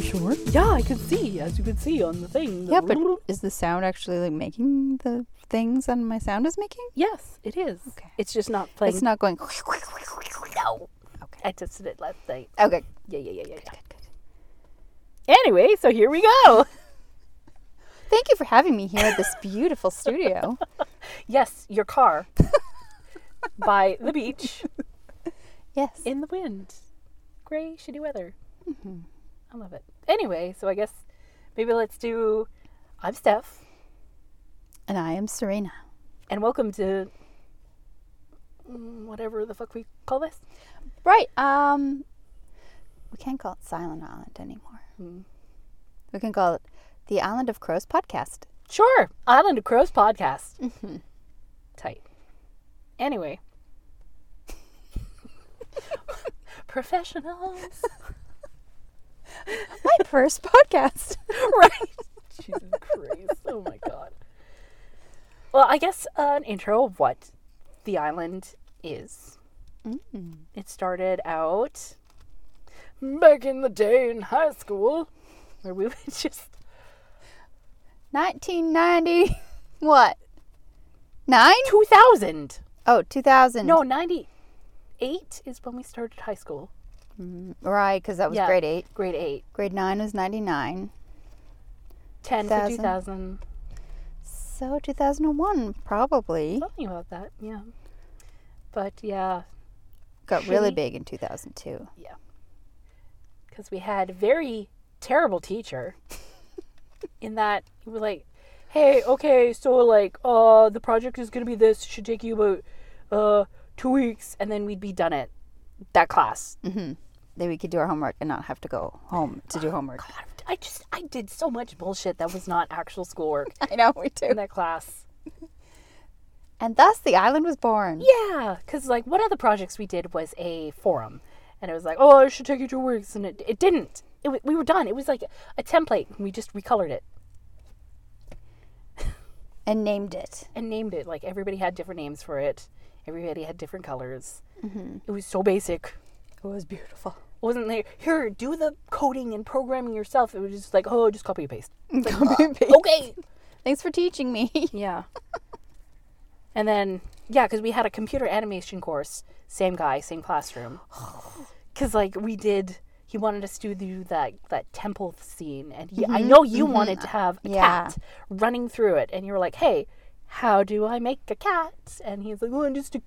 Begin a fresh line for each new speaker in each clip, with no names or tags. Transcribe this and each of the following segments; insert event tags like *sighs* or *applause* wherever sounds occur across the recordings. sure? Yeah, I could see, as you could see on the thing. the
Yeah, but is the sound actually like making the things that my sound is making?
yes, it is.
Okay.
It's just not playing.
It's not going. *laughs*
No.
Okay.
I tested it last night.
Okay.
Yeah, yeah, yeah, yeah, yeah.
Good, good.
Anyway, so here we
*laughs*
go.
Thank you for having me here at *laughs* this beautiful studio.
Yes, your
*laughs*
car by the beach
Yes.
in the wind. Gray, shitty weather.
Mm-hmm.
I love it. Anyway, so I guess maybe let's do. I'm Steph,
and I am Serena.
and welcome to mm, whatever the fuck we call this.
Right. Um, we can't call it Silent Island anymore. We can call it the Island of Crows podcast.
Sure, Island of Crows podcast. Tight. Anyway, professionals,
*laughs* My first *laughs* podcast.
right? Jesus Christ! Oh my God. Well, I guess uh, an intro of what the island is. It started out back in the day in high school, where we would *laughs* just
1990. What? Nine?
two thousand.
Oh, 2000.
No, ninety eight is when we started high school.
Right, because that was
Yeah.
grade eight.
Grade eight.
Grade nine was 99.
10 for
2000.
2000
So 2001 probably
something about that yeah but yeah
got really
Shitty.
big in 2002.
because we had a very terrible
*laughs*
teacher in that he was like hey okay so like uh the project is gonna be this should take you about uh two weeks and then we'd be done it that class
Mm. Then we could do our homework and not have to go home to do
Oh,
homework.
i just i did so much bullshit that was not actual schoolwork
*laughs* I know we
in
do. *laughs*
that class
And thus the island was born.
Yeah, because like one of the projects we did was a forum, and it was like, oh, it should take you two weeks, and it, it didn't. It, w- we were done. It was like a template. and We just recolored it
And
*laughs*
named it.
and named it. Like everybody had different names for it. Everybody had different colors. It was so basic.
Mm-hmm. It was beautiful.
It wasn't like here, do the coding and programming yourself. It was just like, oh, just copy and paste.
Copy and paste.
Okay.
oh, Thanks for teaching me. *laughs*
Yeah. and then, yeah, because we had a computer animation course, same guy, same classroom.
*sighs*
Because, like, we did, he wanted us to do that, that temple scene. And he, I know you wanted to have a
Mm-hmm, Yeah.
cat running through it. And you were like, hey, how do I make a cat? And he's like, well, just stick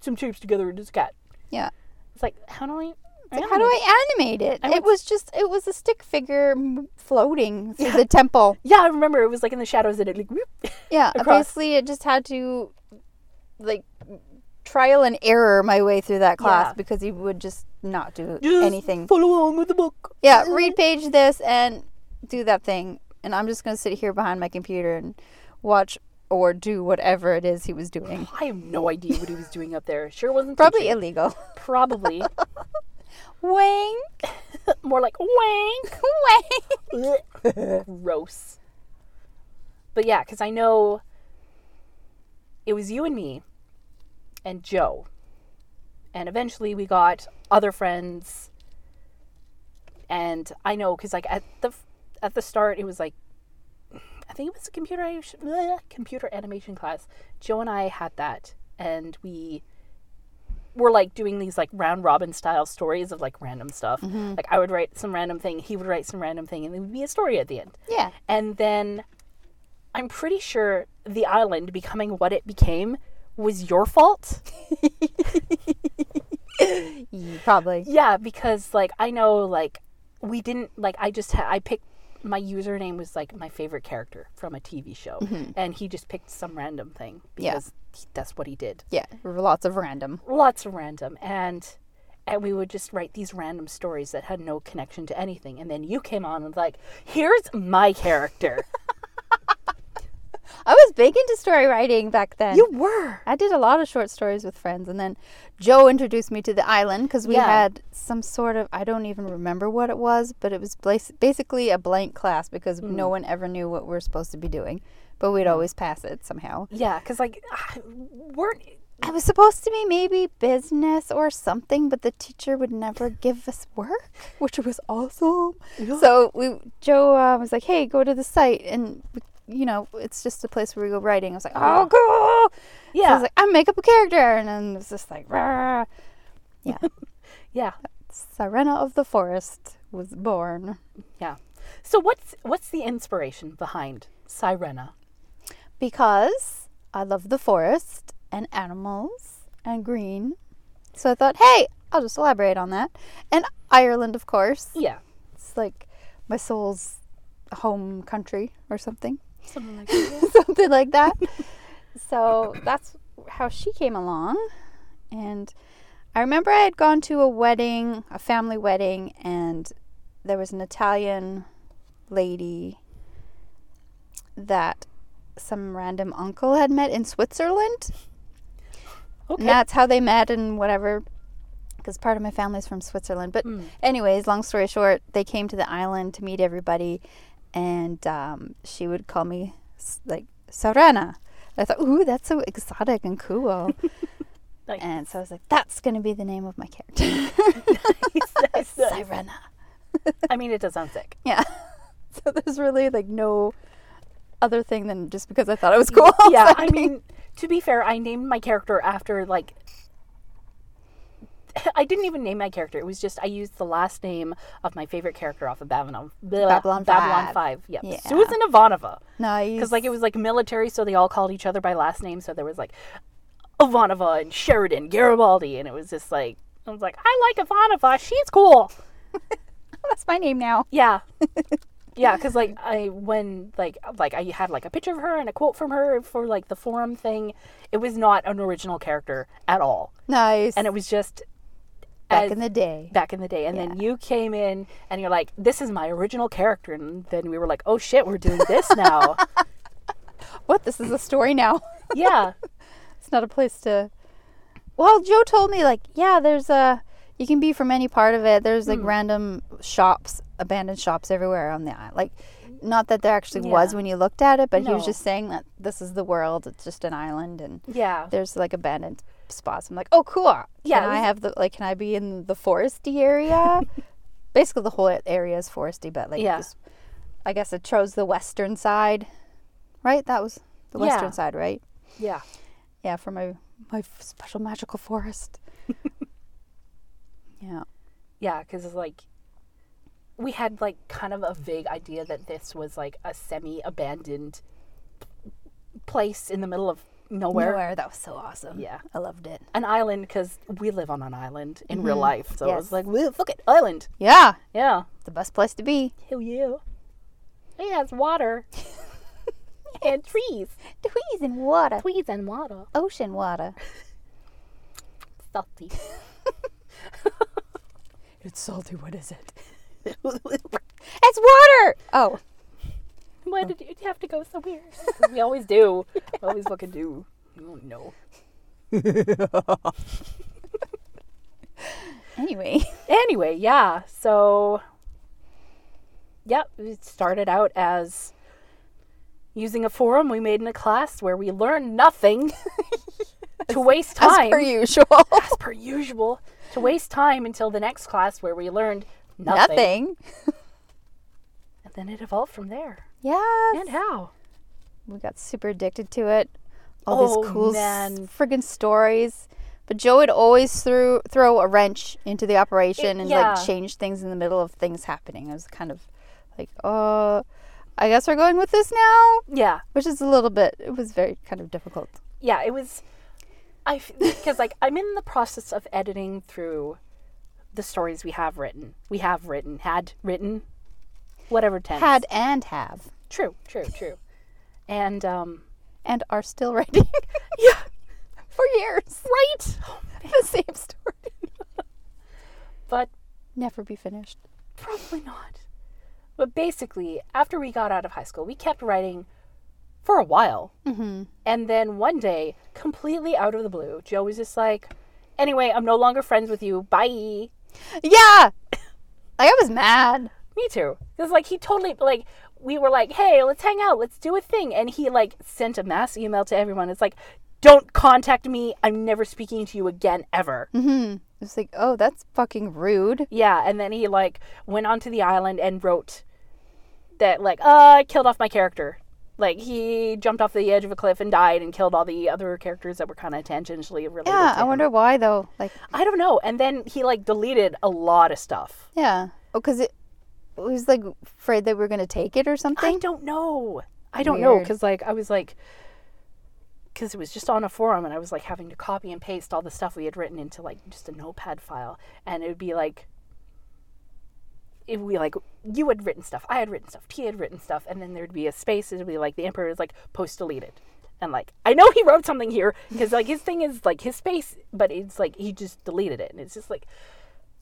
some shapes together and just a cat.
Yeah.
It's like, how do I.
How do I animate it?
I
it was just, it was a stick figure m-
*laughs*
floating through the temple.
Yeah, I remember it was like in the shadows and it like, whoop. *laughs*
Yeah,
Across.
basically it just had to, like, trial and error my way through that class
Yeah.
because he would just not do
Just
anything.
Follow along with the book.
Yeah, read page this and do that thing. And I'm just going to sit here behind my computer and watch or do whatever it is he was doing.
I have no idea what he was doing up there. Sure wasn't
Probably
teaching.
illegal. *laughs*
Probably.
Wang,
More like wank.
wang.
Gross. But yeah, because I know it was you and me and Joe. And eventually we got other friends. And I know because like at the at the start it was like I think it was a computer animation, bleh, computer animation class. Joe and I had that, and we were like doing these like round robin style stories of like random stuff. Like I would write some random thing, he would write some random thing, and there would be a story at the end.
Yeah.
And then I'm pretty sure the island becoming what it became was your fault.
Ye- Probably.
Yeah, because like I know like we didn't like I just ha- I picked my username was like my favorite character from a TV show, and he just picked some random thing
Yeah.
because he- that's what he did.
Yeah, lots of random.
Lots of random and. And we would just write these random stories that had no connection to anything. And then you came on and like, here's my character.
I was big into story writing back then.
*laughs* you were.
I did a lot of short stories with friends, and then Joe introduced me to the island because we
Yeah.
had some sort of I don't even remember what it was, but it was blas- basically a blank class because no one ever knew what we were supposed to be doing, but we'd always pass it somehow.
Yeah, because like I- ah, weren't
I was supposed to be maybe business or something, but the teacher would never give us work, *laughs* which was awesome. So we, Joe uh, was like, "Hey, go to the site," and you know, it's just a place where we go writing. I was like, "Oh, cool!" So I
Yeah.
was like, "I make up a character," and then it was just like, "Rah." "Yeah,
yeah.
Sirena of the Forest was born."
Yeah. So what's what's the inspiration behind Sirena?
because I love the forest and animals and green. So I thought, hey, I'll just elaborate on that. And Ireland, of course.
Yeah.
It's like my soul's home country or something.
Something like that.
*laughs* something like that. so that's how she came along. And I remember I had gone to a wedding, a family wedding, and there was an Italian lady that some random uncle had met in Switzerland.
*laughs* Okay.
And that's how they met and whatever. Because part of my family's from Switzerland. But,
Hmm.
anyways, long story short, they came to the island to meet everybody. And um, she would call me, s- like, Serena. I thought, ooh, that's so exotic and
*laughs*
cool.
Nice.
And so I was like, that's going to be the name of my
*laughs*
character. *laughs* Sirena.
I mean, it does sound sick.
Yeah. *laughs* so there's really, like, no other thing than just because I thought it was cool. *laughs*
yeah, I mean, to be fair, I named my character after like *laughs* I didn't even name my character. It was just I used the last name of my favorite character off of Babylon blah,
Babylon
Babylon 5.
Five.
Yep.
Yeah.
Susan Ivanova.
nice.
Cuz like it was like military so they all called each other by last name so there was like Ivanova and Sheridan, Garibaldi and it was just like I was like I like Ivanova. She's cool.
*laughs* that's my name now. *laughs*
Yeah. yeah, because like I when like like I had like a picture of her and a quote from her for like the forum thing. It was not an original character at all,
Nice.
and it was just
back
as-
in the day.
back in the day. And then you came in and you're like, "This is my original character," and then we were like, "Oh shit, we're doing this
*laughs*
now."
What? This is a story now.
yeah,
it's not a place to. Well, Joe told me like, yeah, there's a. You can be from any part of it. There's
Hmm.
like random shops, abandoned shops everywhere on the island. Like, not that there actually was
Yeah.
when you looked at it, but he was
No.
just saying that this is the world. It's just an island, and
yeah,
there's like abandoned spots. I'm like, oh, cool. Can
Yeah, it
I
was-
have the like? Can I be in the foresty
*laughs*
area? Basically, the whole area is foresty, but like,
Yeah.
this- I guess it chose the western side, right? That was the western
Yeah.
side, right?
yeah.
Yeah, for my my f- special magical *laughs* forest. yeah.
Yeah, because it's like we had like kind of a vague idea that this was like a semi-abandoned place in the middle of nowhere,
Nowhere. That was so awesome.
Yeah.
I loved it.
an island because we live on an island in real life. So
Yes.
it's like, well, fuck it, island.
Yeah.
Yeah,
The best place to be.
hell yeah. Yeah, it's *laughs* water and trees,
Trees and water.
trees and water,
Ocean water.
salty.
*laughs* It's salty. What is it?
Why
*laughs* It's water. Oh.
did you have to go so weird? *laughs* We always do. We always fucking do. Oh no.
Anyway. *laughs*
anyway, yeah. So, yep, it started out as using a forum we made in a class where we learned nothing *laughs* to waste
As
time,
per usual.
as per usual, to waste time until the next class where we learned nothing.
*laughs* Nothing.
And then it evolved from there.
Yes.
And how?
we got super addicted to it. All these
Oh,
cool
man.
s- friggin' stories. But Joe would always threw, throw a wrench into the operation and
yeah.
like change things in the middle of things happening. I was kind of like, uh, I guess we're going with this now,
Yeah.
which is a little bit. It was very kind of difficult.
yeah, it was. I because like I'm in the process of editing through the stories we have written, we have written, had written, whatever tense.
Had and have
True, true, true. And um,
and are still *laughs* writing. yeah, for years. Right. *laughs* the same story.
but
Never be finished.
probably not. But basically, after we got out of high school, we kept writing for a while. Mm-hmm. And then one day, completely out of the blue, Joe was just like, "Anyway, I'm no longer friends with you. Bye."
Yeah. *coughs* Like I was mad.
Me too. Because like he totally like we were like, hey, let's hang out, let's do a thing, and he like sent a mass email to everyone. It's like, don't contact me. I'm never speaking to you again ever.
Mm-hmm. It's like, oh, that's fucking rude.
Yeah, and then he like went onto the island and wrote that like, uh, I killed off my character. Like he jumped off the edge of a cliff and died and killed all the other characters that were kind of tangentially related.
Yeah,
to
I
him.
wonder why though. Like,
I don't know. And then he like deleted a lot of stuff.
yeah, oh, because it it was like afraid that we were gonna take it or something.
I don't know. I don't know
Weird.
because like I was like, because it was just on a forum and I was like having to copy and paste all the stuff we had written into like just a notepad file, and it would be like, it would be like you had written stuff, I had written stuff, T had written stuff, and then there'd be a space. It'd be like the emperor is like post deleted. And like I know he wrote something here because like his thing is like his space, but it's like he just deleted it, and it's just like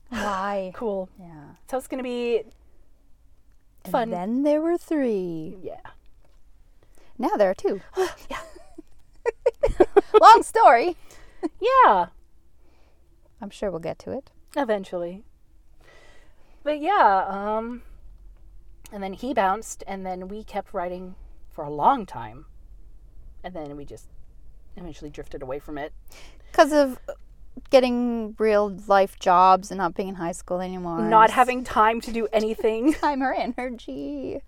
Why?
cool.
Yeah.
So it's gonna be
And
Fun.
then there were three.
yeah.
Now there
*sighs*
are two.
*laughs*
Long story.
Yeah.
I'm sure we'll get to it.
Eventually. But yeah, um and then he bounced and then we kept writing for a long time. And then we just eventually drifted away from it.
Because of getting real life jobs and not being in high school anymore. and
Not
just
having time to do anything.
time or energy.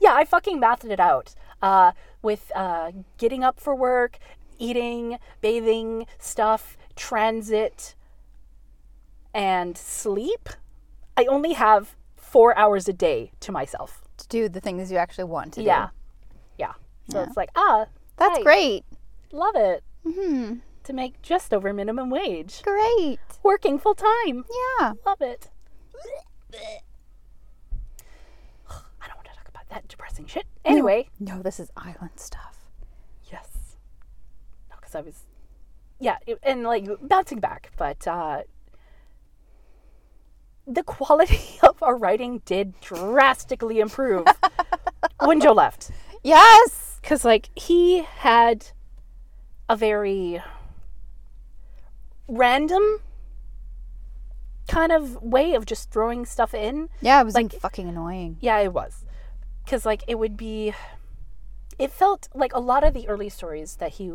yeah, I fucking mathed it out. Uh with uh getting up for work, eating, bathing, stuff, transit and sleep. I only have 4 hours a day to myself.
To do the things you actually want to do.
Yeah. Yeah. So it's like, ah,
That's
right,
great.
Love it.
hmm
To make just over minimum wage.
Great.
Working full time.
Yeah.
Love it. I don't want to talk about that depressing shit. Anyway.
No, this is island stuff.
Yes. No, because I was, yeah, it- and like bouncing back, but uh, the quality *laughs* of our writing did drastically
*laughs*
improve when Joe left.
Yes.
because like he had a very random kind of way of just throwing stuff in
Yeah, it was like fucking annoying.
yeah it was because like it would be it felt like a lot of the early stories that he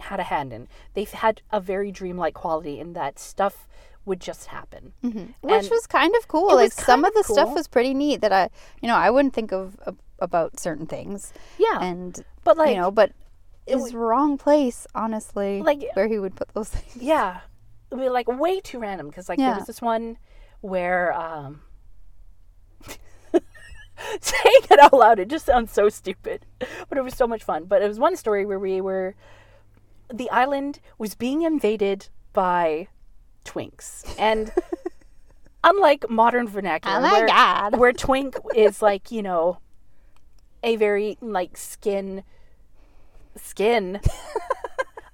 had a hand in they've had a very dreamlike quality in that stuff would just happen
Mm-hmm. which
And-
was kind of cool.
was
Like some
kind
of the
of
stuff
cool.
was pretty neat that I, you know, I wouldn't think of, ab- about certain things.
yeah
And
but like
you know, but his wrong place, honestly,
Like-
where he would put those
*laughs*
things.
Yeah. It would be like way too random because like
Yeah.
there was this one where um *laughs* saying it out loud it just sounds so stupid. But it was so much fun. But it was one story where we were the island was being invaded by twinks. And unlike modern vernacular
Oh my
where,
God.
where twink is like, you know, a very like skin skin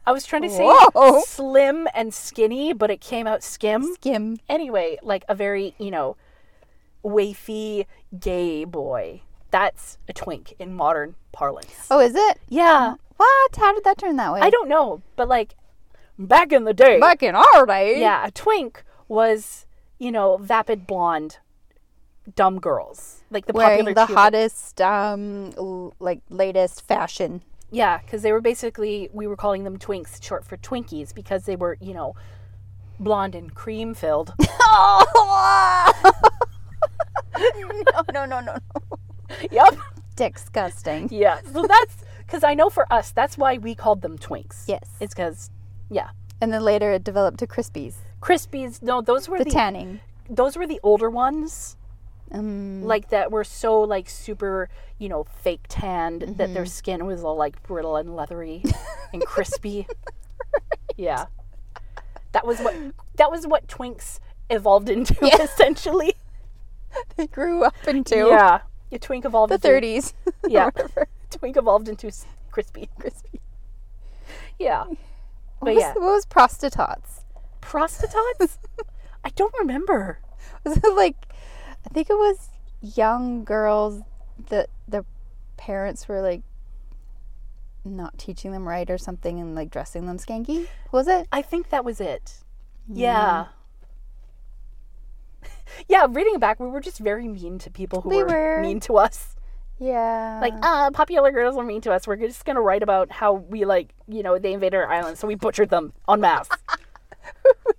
I was trying to say
Whoa.
slim and skinny, but it came out skim.
Skim.
Anyway, like a very, you know, wafy gay boy. That's a twink in modern parlance.
Oh, is it?
Yeah.
What? How did that turn that way?
I don't know, but like back in the day,
Back in our day.
yeah, a twink was, you know, vapid blonde dumb girls. Like the
Wearing
popular
the
cheerleader-
hottest, um, l- like
*laughs*
latest fashion.
Yeah, because they were basically we were calling them twinks, short for Twinkies, because they were you know blonde and cream filled.
*laughs*
Oh. *laughs*
no, no, no, no, no.
yep.
Disgusting.
Yeah. So that's because I know for us that's why we called them twinks.
Yes.
It's because yeah,
And then later it developed to Krispies.
crispies. No, those were
The
the,
tanning.
those were the older ones.
Um,
Like that were so like super you know fake tanned that their
Mm-hmm.
skin was all like brittle and leathery and
*laughs*
crispy. Yeah. That was what that was what twinks evolved
*laughs*
into essentially.
they grew up into
Yeah. A twink evolved
the
into
30s. *laughs*
Yeah.
Whatever.
twink evolved into s- crispy. Crispy.
*laughs*
Yeah.
What
But
was,
yeah.
what was prostitutes? *laughs*
prostitutes? I don't remember.
Was it like I think it was young girls that their parents were like not teaching them right or something and like dressing them skanky? Was it?
I think that was it. Yeah. *laughs* Yeah, reading it back, we were just very mean to people who
We
were,
were.
mean to us.
Yeah.
Like, uh, popular girls are mean to us. We're just gonna write about how we like, you know, they invaded our island, so we butchered them en masse.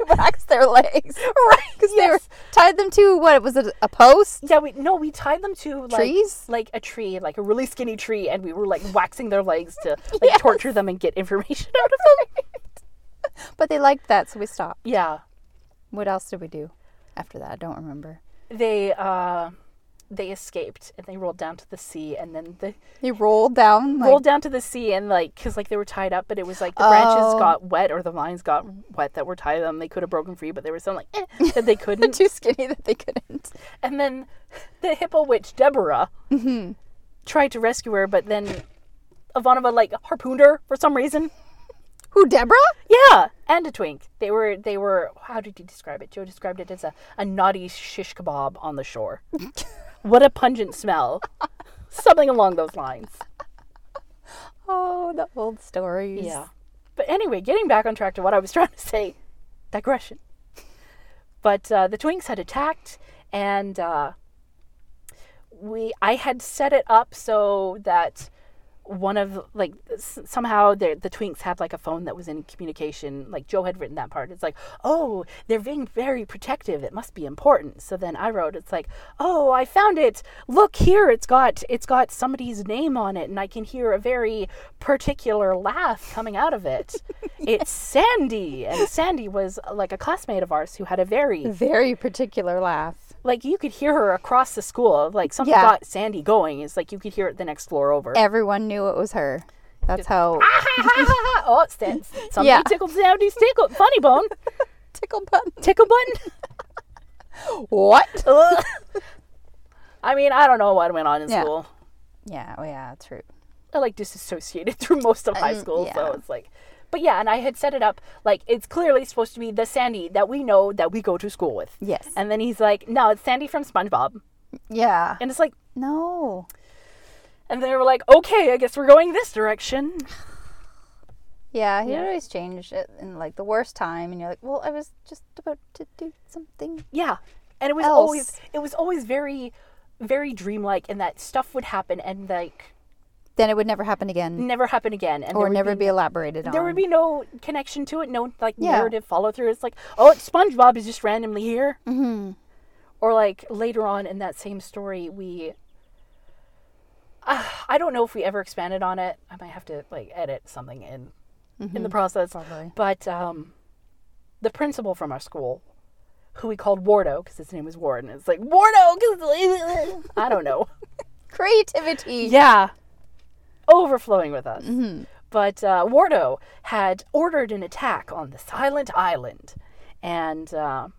*laughs* waxed
*laughs*
their legs. right. Because they were tied them to what was it,
*laughs*
a post?
yeah, we no, we tied them to like
Trees?
like a tree, like a really skinny tree, and we were like waxing their legs to like torture them and get information out of them.
*laughs* But they liked that, so we stopped.
Yeah,
What else did we do after that? I don't remember.
they uh, they escaped and they rolled down to the sea, and then the
He rolled down like
rolled down to the sea and like because like they were tied up but it was like the branches
Oh.
got wet or the vines got wet that were tied to them they could have broken free but they were so like eh, that they couldn't
*laughs* too skinny that they couldn't.
and then the hippo witch deborah
Mm-hmm.
tried to rescue her but then ivanova like harpooned her for some reason
Who, Deborah?
yeah and a twink they were they were how did you describe it joe described it as a, a naughty shish kebab on the
*laughs*
shore what a pungent smell something along those lines
Oh, the old stories.
Yeah. But anyway, getting back on track to what I was *laughs* trying to say, digression. But uh, the Twinks had attacked, and uh, we I had set it up so that one of like s- somehow the the twinks had like a phone that was in communication like joe had written that part it's like oh they're being very protective it must be important so then i wrote it's like oh i found it look here it's got it's got somebody's name on it and i can hear a very particular laugh coming out of it it's sandy and sandy was uh, like a classmate of ours who had a very
Very particular laugh.
like you could hear her across the school like something
Yeah. Eh.
got sandy going it's like you could hear it the next floor over Ah,
Everyone knew it was her. That's how
oh, it's that somebody
*laughs* Yeah.
tickled Sandy's tickle funny bone *laughs*
tickle button.
tickle button.
*laughs* What?
Ugh. I mean, I don't know what went on in
Yeah.
school.
Yeah, oh yeah, true.
I like disassociated *laughs* through most of high
Um,
school, so
yeah.
it's like, but yeah, and I had set it up like it's clearly supposed to be the Sandy that we know that we go to school with.
Yes.
And then he's like, no, it's Sandy from SpongeBob,
Yeah.
and it's like,
No.
and they were like, okay, I guess we're going this direction.
Yeah, he
Yeah.
would always changed it in like the worst time, and you're like, well, I was just about to do something.
Yeah. And it was
else.
always it was always very very dreamlike and that stuff would happen and like
Then it would never happen again,
never happen again and there
or
would
never Mm, be, elaborated on.
there would be no connection to it, no like
Yeah.
narrative follow through. It's like, oh, it's SpongeBob is just randomly here. Mm-hmm. Or like later on in that same story, we. Ah, I don't know if we ever expanded on it. I might have to like edit something in, in the process.
Mm-hmm. Probably.
But um, the principal from our school, who we called Wardo because his name was Ward, and it's like Wardo because *laughs* I don't know.
creativity.
Yeah. Overflowing with us. But uh, Wardo had ordered an attack on the Silent Island. And uh,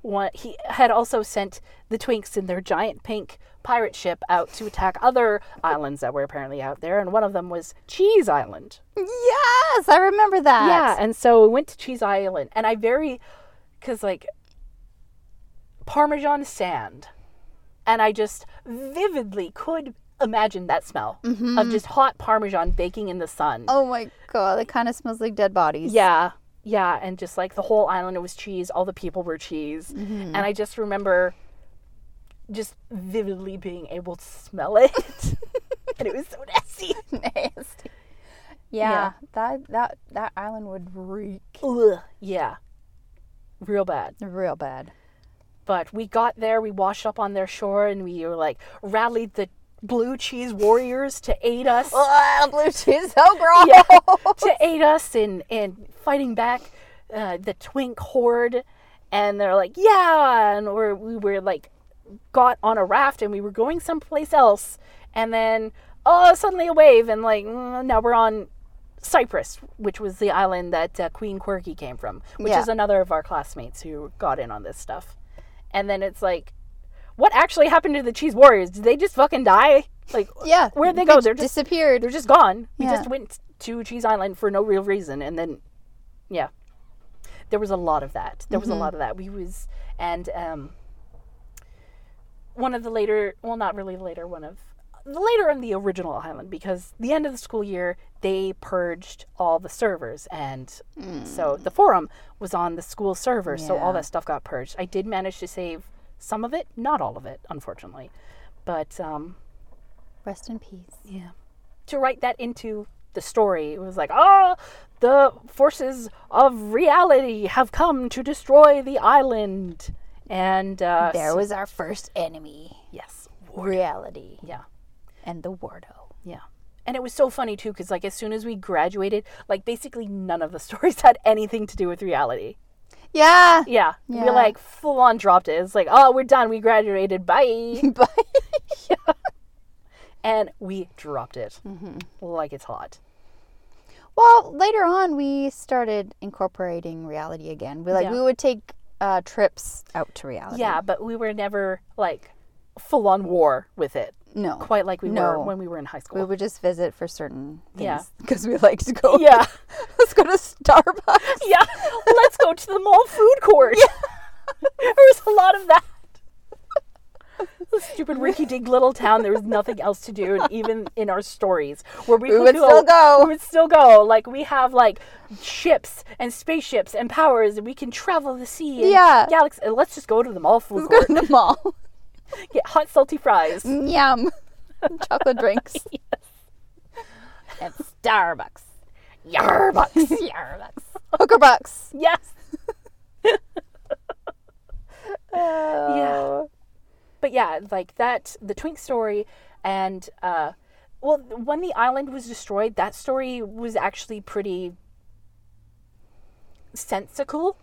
one, he had also sent the Twinks in their giant pink pirate ship out to attack other islands that were apparently out there. And one of them was Cheese Island.
*laughs* Yes, I remember that.
Yeah, and so we went to Cheese Island, and I very, because like Parmesan sand, and I just vividly could imagine that smell of just hot Parmesan baking in the sun.
Oh my god, it kind of smells like dead bodies.
Yeah, yeah, and just like the whole island was cheese, all the people were cheese, and I just remember just vividly being able to smell it, and it was so nasty.
*laughs* Nasty.
Yeah.
Yeah, that that that island would reek
Ugh, yeah, real bad.
real bad.
But we got there, we washed up on their shore, and we were like rallied the blue cheese warriors to aid us,
Oh, Ugh, blue cheese, *laughs* so
*laughs*
gross.
Yeah. to aid us in in fighting back uh, the twink horde. And they're like, yeah, and we're, we were like got on a raft and we were going someplace else, and then oh, suddenly a wave, and like mm, now we're on. Cyprus, which was the island that uh, Queen Quirky came from, which
Yeah.
is another of our classmates who got in on this stuff. And then it's like, what actually happened to the cheese warriors? Did they just fucking die? Like,
Yeah,
where'd they go? They're just
disappeared.
they're just gone. We
Yeah.
just went to Cheese Island for no real reason, and then, yeah, there was a lot of that. There was a lot of that. We was and um, one of the later, well, not really later, one of the later on the original island because the end of the school year they purged all the servers and so the forum was on the school server so all that stuff got purged i did manage to save some of it not all of it unfortunately but um
Rest in peace.
Yeah. To write that into the story, it was like, ah, the forces of reality have come to destroy the island. And uh,
There
so-
was our first enemy,
yes,
reality,
yeah,
and the Wardo.
yeah. And it was so funny too, because like as soon as we graduated, like basically none of the *laughs* stories had anything to do with reality.
Yeah.
Yeah, we
Yeah.
like full on dropped it. It's like, oh, we're done. We graduated. Bye.
but
*laughs* and we dropped it like it's hot.
well, later on we started incorporating reality again. We like
Yeah.
we would take uh, trips out to reality.
Yeah, but we were never like full on war with it,
No.
quite like we
No.
were when we were in high
we
school.
would just visit for certain
Yeah.
things because we like to go.
yeah,
*laughs* Let's go to Starbucks.
*laughs* yeah. Let's go to the mall food court. *laughs* there was a lot of that. The Stupid rinky dink little town. There was nothing else to do, and even in our stories, where we,
We
could
would still go.
we would still go. Like we have like ships and spaceships and powers, and we can travel the sea. And
Yeah.
galaxy. and Let's just go to the mall food
Go Mm.
court.
to the mall.
Get hot salty fries.
*laughs* Yum. Chocolate *laughs* drinks.
at Starbucks.
*laughs*
Yarbucks. Yarbucks.
Hooker bucks. *laughs*
Yes.
Oh.
But yeah, like that, the Twink story, and, uh, well, when the island was destroyed, that story was actually pretty sensical.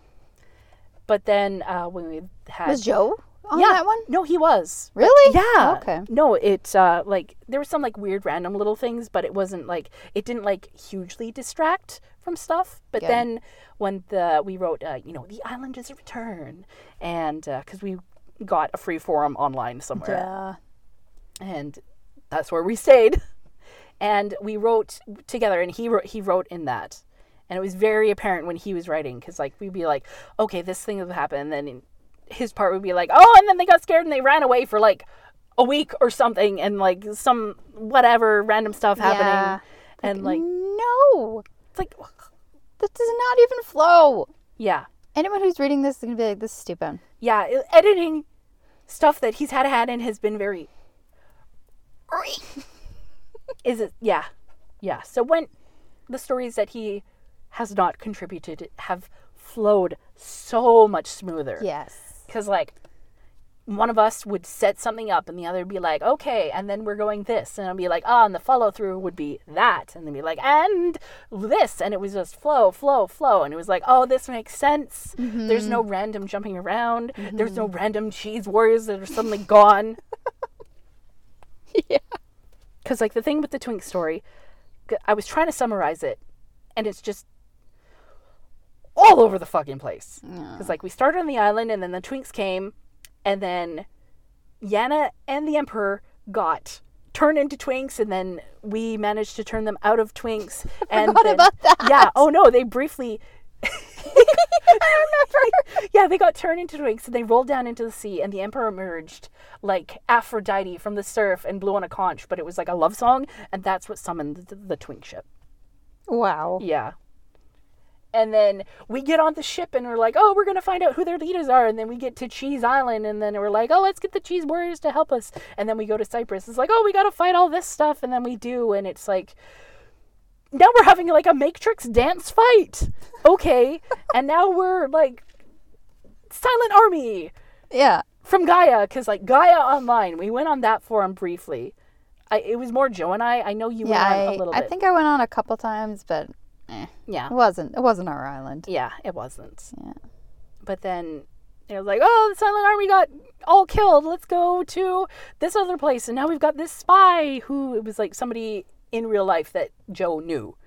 But then uh, when we had.
Was Joe on
yeah,
that one?
No, he was.
Really?
Yeah.
Okay.
No, it uh, like there were some like weird random little things, but it wasn't like it didn't like hugely distract from stuff. But
Good.
then when the we wrote, uh, you know, the island is a return, and because we got a free forum online somewhere,
Yeah.
and that's where we stayed, *laughs* and we wrote together, and he wrote he wrote in that. And it was very apparent when he was writing because, like, we'd be like, okay, this thing will happen. And then his part would be like, oh, and then they got scared and they ran away for like a week or something. And like some whatever random stuff happening.
Yeah.
And like,
no,
it's like,
that does not even flow.
yeah.
Anyone who's reading this is gonna be like, "This is stupid."
Yeah. e- Editing stuff that he's had had and has been very, is it, yeah. Yeah. So when the stories that he has not contributed have flowed so much smoother.
yes.
Because, like, one of us would set something up and the other would be like, okay, and then we're going this. And I'd be like, ah, and the follow through would be that. And then be like, and this. And it was just flow, flow, flow. And it was like, oh, this makes sense. There's no random jumping around. There's no random cheese warriors that are suddenly gone.
Yeah.
Because, like, the thing with the Twink story, g- I was trying to summarize it, and it's just all over the fucking place. Because, like, we started on the island, and then the Twinks came, and then Yana and the Emperor got turned into Twinks, and then we managed to turn them out of
*laughs*
Twinks. and
forgot
then-
about that.
Yeah. Oh, no, they briefly.
*laughs*
*laughs*
I remember.
Yeah, they got turned into Twinks, and they rolled down into the sea, and the Emperor emerged like Aphrodite from the surf and blew on a conch, but it was like a love song, and that's what summoned the, the Twink ship.
wow.
Yeah. And then we get on the ship and we're like, oh, we're going to find out who their leaders are. And then we get to Cheese Island and then we're like, oh, let's get the Cheese Warriors to help us. And then we go to Cyprus. It's like, oh, we got to fight all this stuff. And then we do. And it's like, now we're having like a Matrix dance fight.
*laughs*
Okay. and now we're like Silent Army
Yeah.
from Gaia because like Gaia Online, we went on that forum briefly. I, it was more Joe and I. I know you
Yeah.
went on a
I,
little
I
bit.
think I went on a couple times, but eh,
yeah.
it wasn't. It wasn't our island.
Yeah, it wasn't.
Yeah.
But then it was like, oh, the Silent Army got all killed. Let's go to this other place. And now we've got this spy who it was like somebody in real life that Joe knew.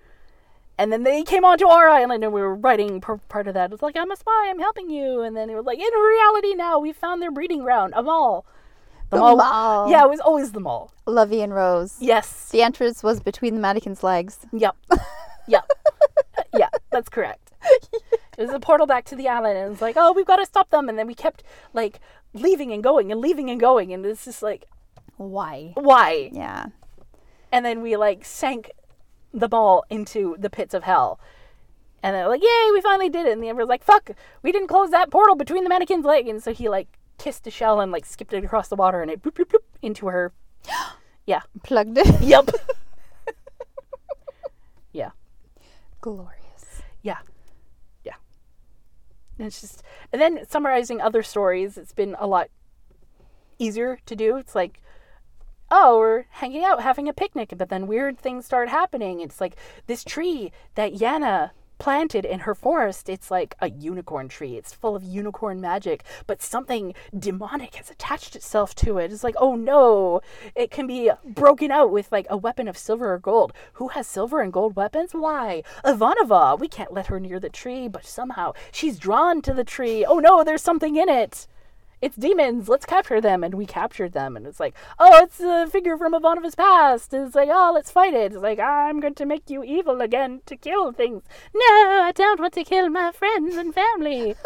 And then they came onto our island and we were writing per- part of that. It's like, I'm a spy, I'm helping you. And then they were like, in reality now, we found their breeding ground, a mall. The,
mall.
Yeah, it was always the mall.
Lovey and Rose.
Yes.
The entrance was between the mannequin's legs.
*laughs* Yep. Yep. Uh, yeah, that's correct. It was a portal back to the island, and it's like, oh, we've got to stop them. And then we kept like leaving and going and leaving and going, and it's just like,
Why?
why?
Yeah.
And then we like sank the ball into the pits of hell. And they're like, yay, we finally did it. And the Emperor's like, fuck, we didn't close that portal between the mannequin's leg. And so he like kissed a shell and like skipped it across the water, and it boop, boop, boop into her. Yeah.
plugged it.
Yep. yeah.
*laughs* Glorious.
Yeah. Yeah. And it's just and then summarizing other stories, it's been a lot easier to do. It's like Oh, we're hanging out, having a picnic, but then weird things start happening. It's like this tree that Yana planted in her forest. It's like a unicorn tree. It's full of unicorn magic, but something demonic has attached itself to it. It's like, oh no, it can be broken out with like a weapon of silver or gold. Who has silver and gold weapons? Why? Ivanova. We can't let her near the tree, but somehow she's drawn to the tree. Oh no, there's something in it. It's demons. Let's capture them. And we captured them. And it's like, oh, it's a figure from Ivanova's past. And it's like, oh, let's fight it. It's like, I'm going to make you evil again to kill things. No, I don't want to kill my friends and family.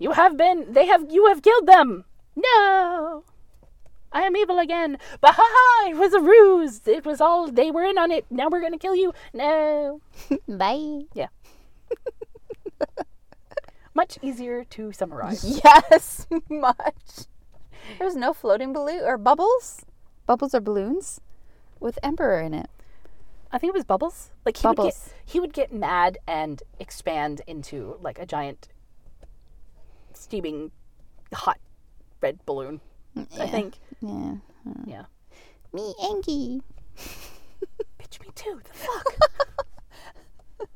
you have been, they have, you have killed them. No. I am evil again. But ha ha, it was a ruse. It was all, they were in on it. Now we're going to kill you. No.
Bye.
Much easier to summarize.
Yes, *laughs* much. There was no floating balloon or bubbles. Bubbles or balloons with emperor in it.
I think it was Bubbles. Like he would
Bubbles.
get he would get mad and expand into like a giant steaming hot red balloon. I
Yeah.
think.
Yeah.
Yeah.
Me Enki.
Bitch me too. The fuck.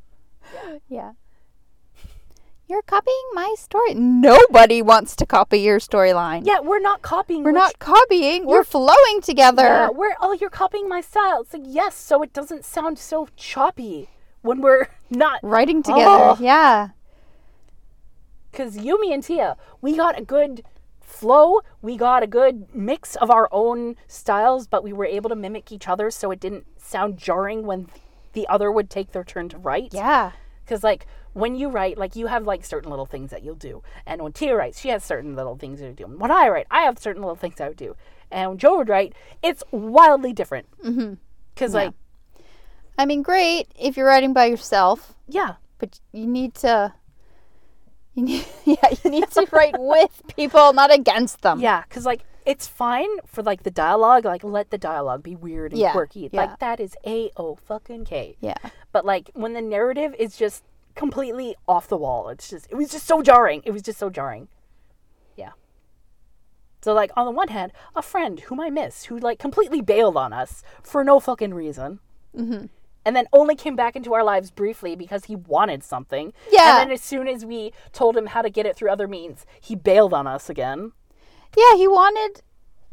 Yeah. You're copying my story. Nobody wants to copy your storyline.
yeah, we're not copying.
We're
which-
not copying. We're flowing
Yeah,
together.
we're oh you're copying my style. It's like yes, so it doesn't sound so choppy when we're *laughs* not
Writing together.
Oh.
Yeah.
because Yumi and Tia, we got a good flow. We got a good mix of our own styles, but we were able to mimic each other, so it didn't sound jarring when the other would take their turn to write.
Yeah.
Because like when you write, like you have like certain little things that you'll do, and when Tia writes, she has certain little things that you do. And When I write, I have certain little things I would do, and when Joe would write, it's wildly different. Mm-hmm. Because like
I mean, great if you're writing by yourself,
yeah,
but you need to. You need, *laughs* yeah, you need to write with people, not against them.
Yeah, because like it's fine for like the dialogue, like let the dialogue be weird and
Yeah,
quirky.
yeah.
Like that is a o fucking k.
Yeah.
But like when the narrative is just completely off the wall, it's just it was just so jarring. It was just so jarring. Yeah. So like on the one hand, a friend whom I miss, who like completely bailed on us for no fucking reason. Mm-hmm. And then only came back into our lives briefly because he wanted something.
Yeah.
And then as soon as we told him how to get it through other means, he bailed on us again.
Yeah, he wanted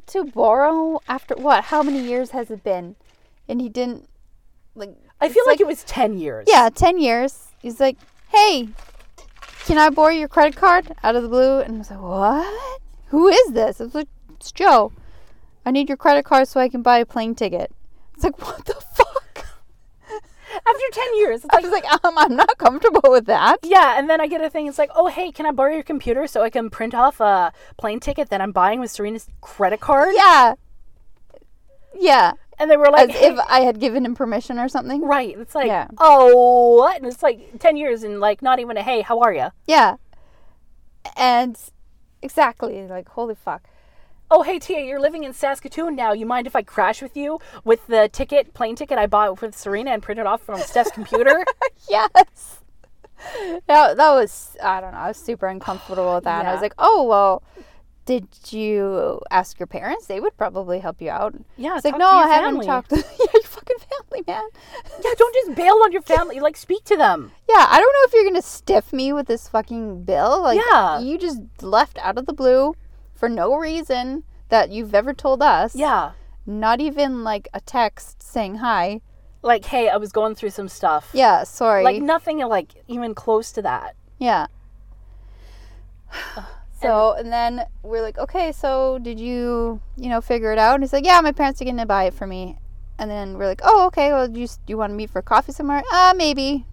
to borrow after what? How many years has it been? And he didn't like
I feel like,
like-
it was 10 years.
yeah, 10 years. He's like, "Hey, can I borrow your credit card?" out of the blue. And I was like, "What? Who is this?" I was like, "It's Joe. I need your credit card so I can buy a plane ticket." It's like, "What the fuck?" *laughs*
After 10 years. It's
I
like,
was like, "Um, I'm not comfortable with that."
yeah. And then I get a thing. It's like, oh, hey, can I borrow your computer so I can print off a plane ticket that I'm buying with Serena's credit card?
Yeah. Yeah,
And they were
as
like,
if I had given him permission or something.
right. It's like,
Yeah.
oh, what? And it's like 10 years and like not even a hey, how are you?
Yeah. And exactly, like holy fuck.
Oh, hey, Tia, you're living in Saskatoon now. You mind if I crash with you with the ticket, plane ticket I bought with Serena and printed off from Steph's
*laughs*
computer?
Yes. *laughs* That, that was I don't know, I was super uncomfortable with that. And I
Yeah.
was like, "Oh, well, did you ask your parents? They would probably help you out."
Yeah,
It's like,
talk to
"No,
your
I haven't
family."
talked *laughs* to Yeah, your fucking family, man. *laughs*
yeah, don't just bail on your family. Like, speak to them.
Yeah, I don't know if you're going to stiff me with this fucking bill. Like
Yeah.
you just left out of the blue for no reason that you've ever told us.
Yeah.
Not even like a text saying hi.
Like, hey, I was going through some stuff.
Yeah, sorry.
like nothing like even close to that *sighs*
Yeah. So and then we're like, okay, so did you, you know, figure it out? And he's like, yeah, my parents are gonna buy it for me. And then we're like, oh, okay, well, do you, s- do you want to meet for coffee somewhere? Uh, maybe.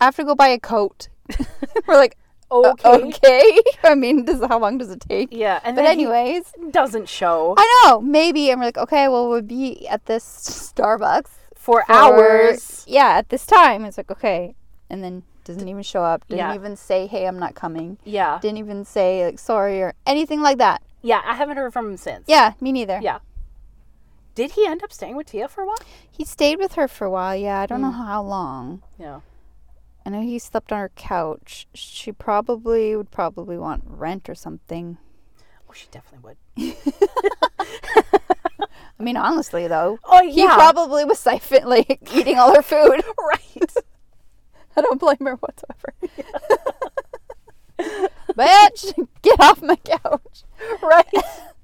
I have to go buy a coat. *laughs* we're like,
Uh, okay,
Uh, okay. okay. *laughs* I mean, does how long does it take?
yeah and *laughs*
But Uh,
then he
anyways,
doesn't show
I know maybe, and we're like, okay, well, we'll be at this Starbucks
for
for-
hours
Yeah, at this time, it's like okay, and then doesn't even show up. Didn't
Yeah.
even say, hey, I'm not coming.
yeah
didn't even say like sorry or anything like that.
yeah i haven't heard from him since
Yeah, me neither.
yeah Did he end up staying with Tia for a while?
He stayed with her for a while. Yeah, I don't know how long.
Yeah.
I know he slept on her couch. She probably would probably want rent or something.
Oh, she definitely would.
I mean, honestly though,
Oh,
he probably was siphon like *laughs* eating all her food.
*laughs* right.
*laughs* I don't blame her
*laughs*
whatsoever. Bitch, get off my couch.
right.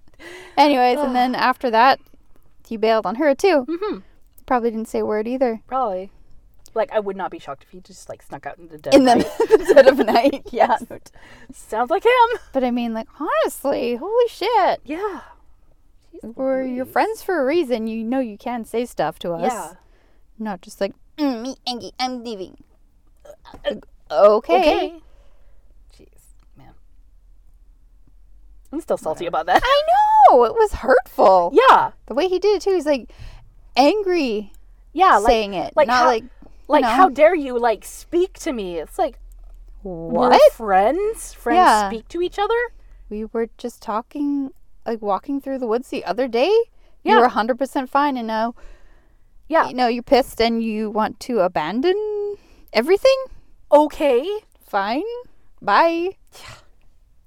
*laughs* Anyways, and then after that, he bailed on her too.
hmm
Probably didn't say a word either.
Probably. Like, I would not be shocked if he just, like, snuck out in the dead
In the,
night.
*laughs* the dead of
*laughs*
night. Yeah.
Sounds like him.
But I mean, like, honestly, holy shit.
Yeah.
We're your friends for a reason. You know you can say stuff to us.
Yeah.
Not just like, mm, me, Angie, I'm leaving. Okay.
Okay. Jeez, man. I'm still salty about that.
I know. It was hurtful.
Yeah.
The way he did it too, he's like angry
Yeah. Like,
saying it.
like
not
how-
like
like
know.
how dare you, like, speak to me? It's like, Mm-hmm.
what?
we're friends? Friends
Yeah.
speak to each other?
We were just talking, like walking through the woods the other day.
Yeah.
You were 100% fine, and now,
Yeah.
you know, you're pissed and you want to abandon everything?
Okay.
Fine. Bye.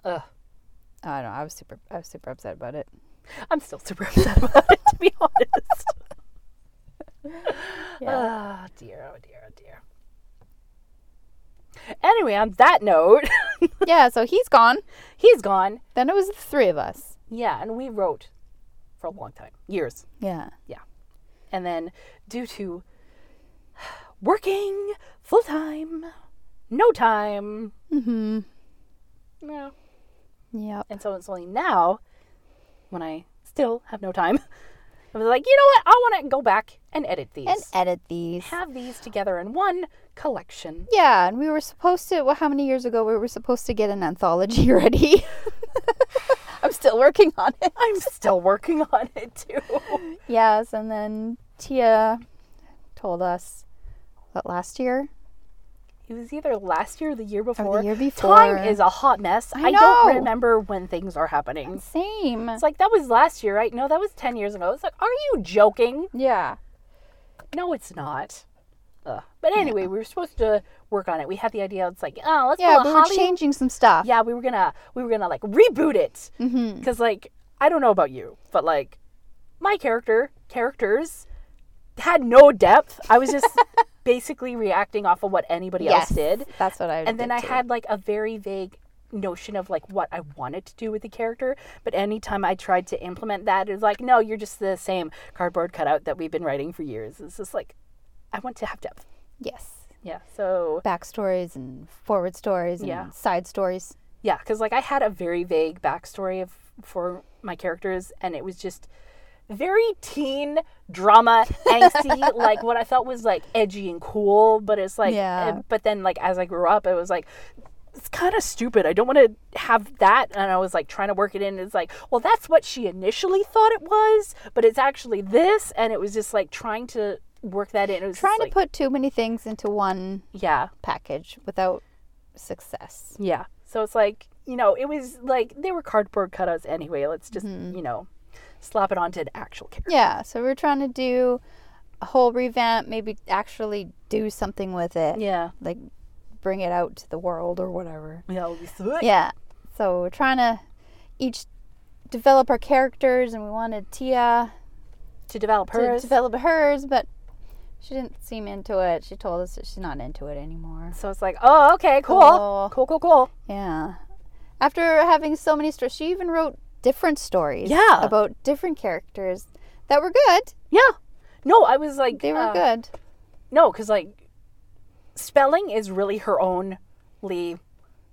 Ugh.
I don't know. I was super, I was super upset
*laughs*
about it.
I'm still super *laughs* upset about it, to be
*laughs*
honest. Oh, dear. Oh, dear. Oh, dear. Anyway, on that note, *laughs*
yeah, so he's gone.
he's gone.
Then it was the three of us.
Yeah. And we wrote for a long time years.
Yeah.
And then, due to working full time, no time,
Mm-hmm.
no.
Yep.
And so it's only now, when I still have no time, *laughs* I was like, you know what? I want to go back and edit these.
And edit these.
have these together in one collection.
Yeah, and we were supposed to. Well, how many years ago we were supposed to get an anthology *laughs* ready? I'm still working on it.
I'm still working *laughs* on it too.
Yes, and then Tia told us that last year.
It was either last year or the year before.
year before.
Time is a hot mess. I, don't
know.
remember when things are happening.
Same.
It's like, that was last year, right? No, that was 10 years ago. It's like, are you joking?
yeah.
No, it's not. Ugh. But anyway, we were supposed to work on it. We had the idea. It's like, oh, let's
Yeah,
pull a
we were
Holly.
changing some stuff.
yeah, we were gonna we were gonna like reboot it
Mm-hmm.
because like I don't know about you, but like my character characters had no depth. I was
*laughs*
just basically reacting off of what anybody else did,
That's what I.
and then
did
I
too.
had like a very vague notion of like what I wanted to do with the character, but anytime I tried to implement that, it was like, no, you're just the same cardboard cutout that we've been writing for years. It's just like I want to have depth.
yes
Yeah. So
backstories and forward stories and
Yeah.
side stories.
yeah, because like I had a very vague backstory of for my characters, and it was just very teen drama,
*laughs*
angsty, like what I felt was like edgy and cool, but it's like,
Yeah.
and- but then like as I grew up, it was like. It's kind of stupid. I don't want to have that. And I was like trying to work it in. It's like, well, that's what she initially thought it was, but it's actually this. And it was just like trying to work that in. It was
Trying
just,
to put too many things into one
like, yeah.
package without success.
Yeah. So it's like, you know, it was like they were cardboard cutouts anyway. Let's just,
Mm-hmm.
you know, slap it onto an actual character.
Yeah, so we're trying to do a whole revamp, maybe actually do something with it,
Yeah.
like bring it out to the world or whatever.
Yeah. we saw it.
Yeah. So we're trying to each develop our characters, and we wanted Tia
To develop hers.
to develop hers, but she didn't seem into it. She told us that she's not into it anymore.
so it's like, oh, okay, cool.
Cool.
Cool, cool, cool.
Yeah. After having so many stories, she even wrote different stories
Yeah.
about different characters that were good.
Yeah. No, I was like,
They were
uh,
good.
No, because like spelling is really her only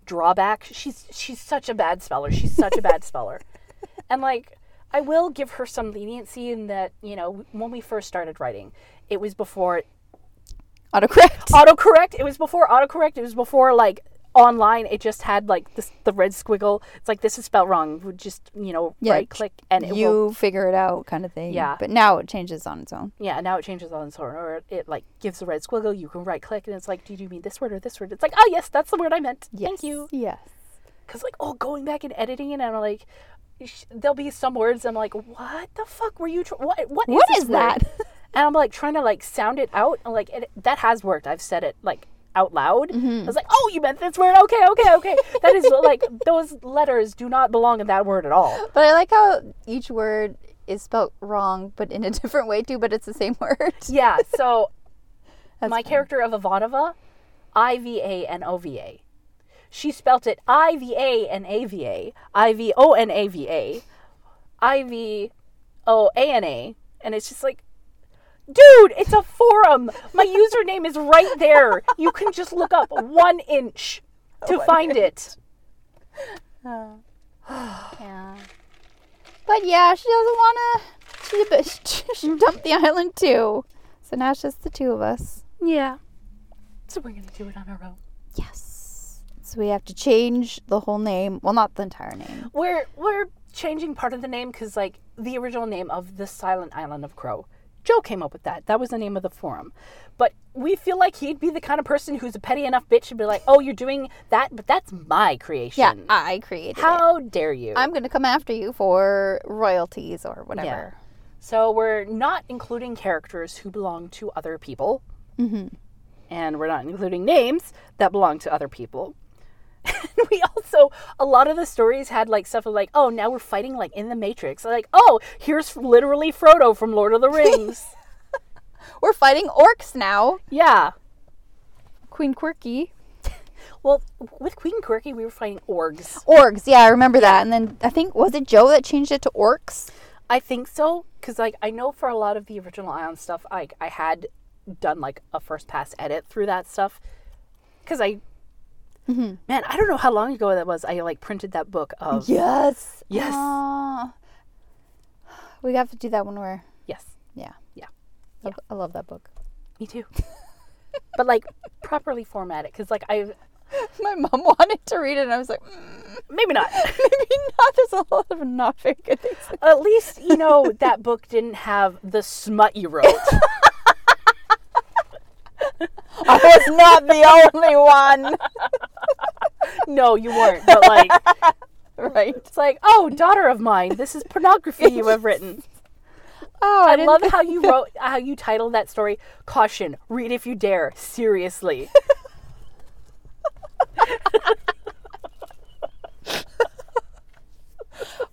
drawback. She's she's such a bad speller. She's such a
*laughs*
bad speller, and like I will give her some leniency in that you know when we first started writing, it was before
Autocorrect.
autocorrect. It was before autocorrect. It was before like online. It just had like this, the red squiggle. It's like this is spelled wrong. Would just you know
Yeah,
right click and it
you
will.
figure it out kind of thing.
Yeah.
But now it changes on its own.
Yeah, now it changes on its own, or it like gives a red squiggle. You can right click and it's like, do you mean this word or this word? It's like, oh yes, that's the word I meant. Thank you.
Yes.
Because like, oh, going back and editing it, and I'm like, sh- there'll be some words I'm like, what the fuck were you? Tr- what what is,
What
this
is
word?"
that?
*laughs* And I'm like trying to like sound it out. I'm like it, that has worked. I've said it like out loud.
Mm-hmm.
I was like, oh, you meant this word? Okay, okay, okay. that is like *laughs* those letters do not belong in that word at all.
But I like how each word is spelt wrong, but in a *laughs* different way too. But it's the same word.
Yeah. *laughs* So
That's
my character of Ivanova, I V A N O V A. She spelt it I V A N A V A, I V O N A V A, I V O A N A, and it's just like, dude, it's a forum. My username is right there. You can just look up one inch *laughs* to find it.
Yeah. *laughs* But yeah, she doesn't want to. She, but *laughs* she, she dumped the island too. So now it's just the two of us.
Yeah. So we're gonna do it on our own.
Yes. So we have to change the whole name. Well, not the entire name.
We're we're changing part of the name because like the original name of the Silent Island of Crow, Joe came up with that. That was the name of the forum, but we feel like he'd be the kind of person who's a petty enough bitch to be like, "Oh, you're doing that, but that's my creation.
Yeah, I created it.
How dare you?"
I'm going to come after you for royalties or whatever.
so we're not including characters who belong to other people, mm-hmm. and we're not including names that belong to other people. *laughs* And we also a lot of the stories had like stuff of like oh now we're fighting like in the matrix like oh here's literally frodo from lord *laughs* of the rings
We're fighting orcs now.
yeah
Queen Quirky.
well with queen quirky we were fighting orgs
Orgs, yeah, I remember that. And then I think, was it Joe that changed it to orcs?
i think so because like i know for a lot of the original ion stuff i i had done like a first pass edit through that stuff because i man i don't know how long ago that was i like printed that book of
Yes.
Yes.
Aw. Ah. we have to do that when we're
yes
Yeah.
Yeah.
I, I love that book.
me too but like properly format it because like i
*laughs* My mom wanted to read it, and I was like, "Mm,
maybe not
*laughs* maybe not. There's a lot of not very good things.
At least, you know, that book didn't have the smut you wrote.
I was not the *laughs* only one.
no, you weren't. But, like,
right.
it's like, oh, daughter of mine, this is pornography you have written.
Oh,
I love how you wrote, how you titled that story, Caution, Read If You Dare, Seriously.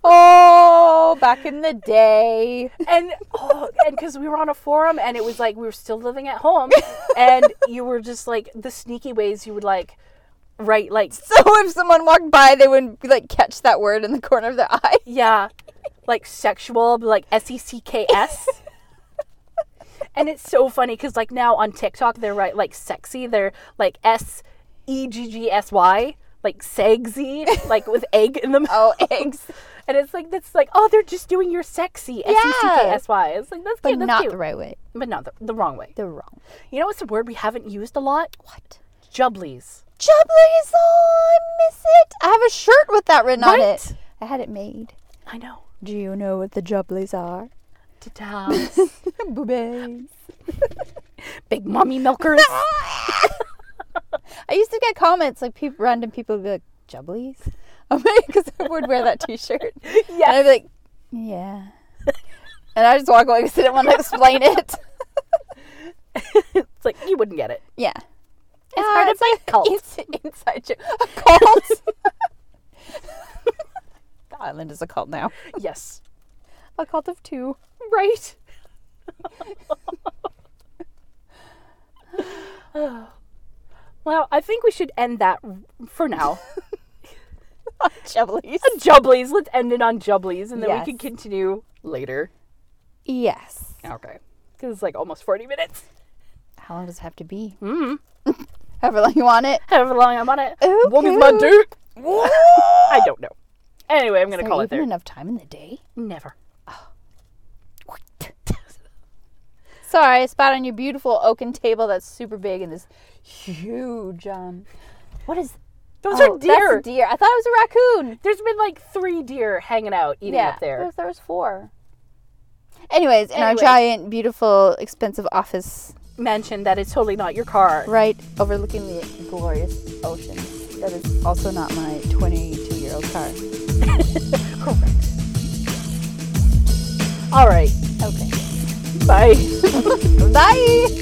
Oh, back in the *laughs* day.
And, oh, and because we were on a forum and it was like, we were still living at home. And you were just like, the sneaky ways you would, like, write, like,
So if someone walked by, they would like catch that word in the corner of their eye.
Yeah. Like sexual, but like S E C K
*laughs*
S. And it's so funny because, like, now on TikTok, they're right, like, sexy. They're like S E G G S Y, like, sexy, like,
*laughs*
with egg in the mouth.
Oh, eggs.
And it's like, that's like, oh, they're just doing your sexy S E C K S Y. It's like, that's
But
cute, that's
not
cute.
the right way.
but not the, the wrong way.
The wrong.
You know what's a word we haven't used a lot?
What?
Jubblies.
Jubblies. Oh, I miss it. I have a shirt with that written on
Right?
it. I had it made.
I know.
Do you know what the jubblies are?
Ta-ta.
Boobies.
*laughs* Big mommy
*laughs*
milkers.
I used to get comments like peop random people would be like, "Jubblies," *laughs* because I would wear that *laughs* T-shirt. And
yes.
I'd be like, "Yeah," and I just walk away because I didn't want to explain it. *laughs*
It's like, you wouldn't get it.
Yeah, it's
part of my cult.
It's inside joke. A cult. *laughs* the island is a cult now.
Yes.
A cult of two.
Right. *laughs* well, I think we should end that for
*laughs*
now.
*laughs* Jubblies.
Jubblies. Let's end it on Jubblies and then
Yes.
we can continue later.
Yes.
Okay. Because it's like almost 40 minutes.
How long does it have to be?
Mm.
However long you
*laughs*
want it.
However long I'm on it.
Mm-hmm. Okay.
What was my dick? I don't know. Anyway, I'm going to call it
even
there.
enough time in the day.
Never.
*laughs* Sorry, I spat on your beautiful oaken table that's super big and this huge um what is
Those
oh,
are deer.
That's a deer. I thought it was a raccoon.
There's been like three deer hanging out eating up there.
was- there was four. Anyways, in our
Anyway.
giant, beautiful, expensive office
Mention that it's totally not your car.
right overlooking the glorious ocean. That is also not my twenty two year old car.
Correct. All right.
Okay.
Bye.
Bye.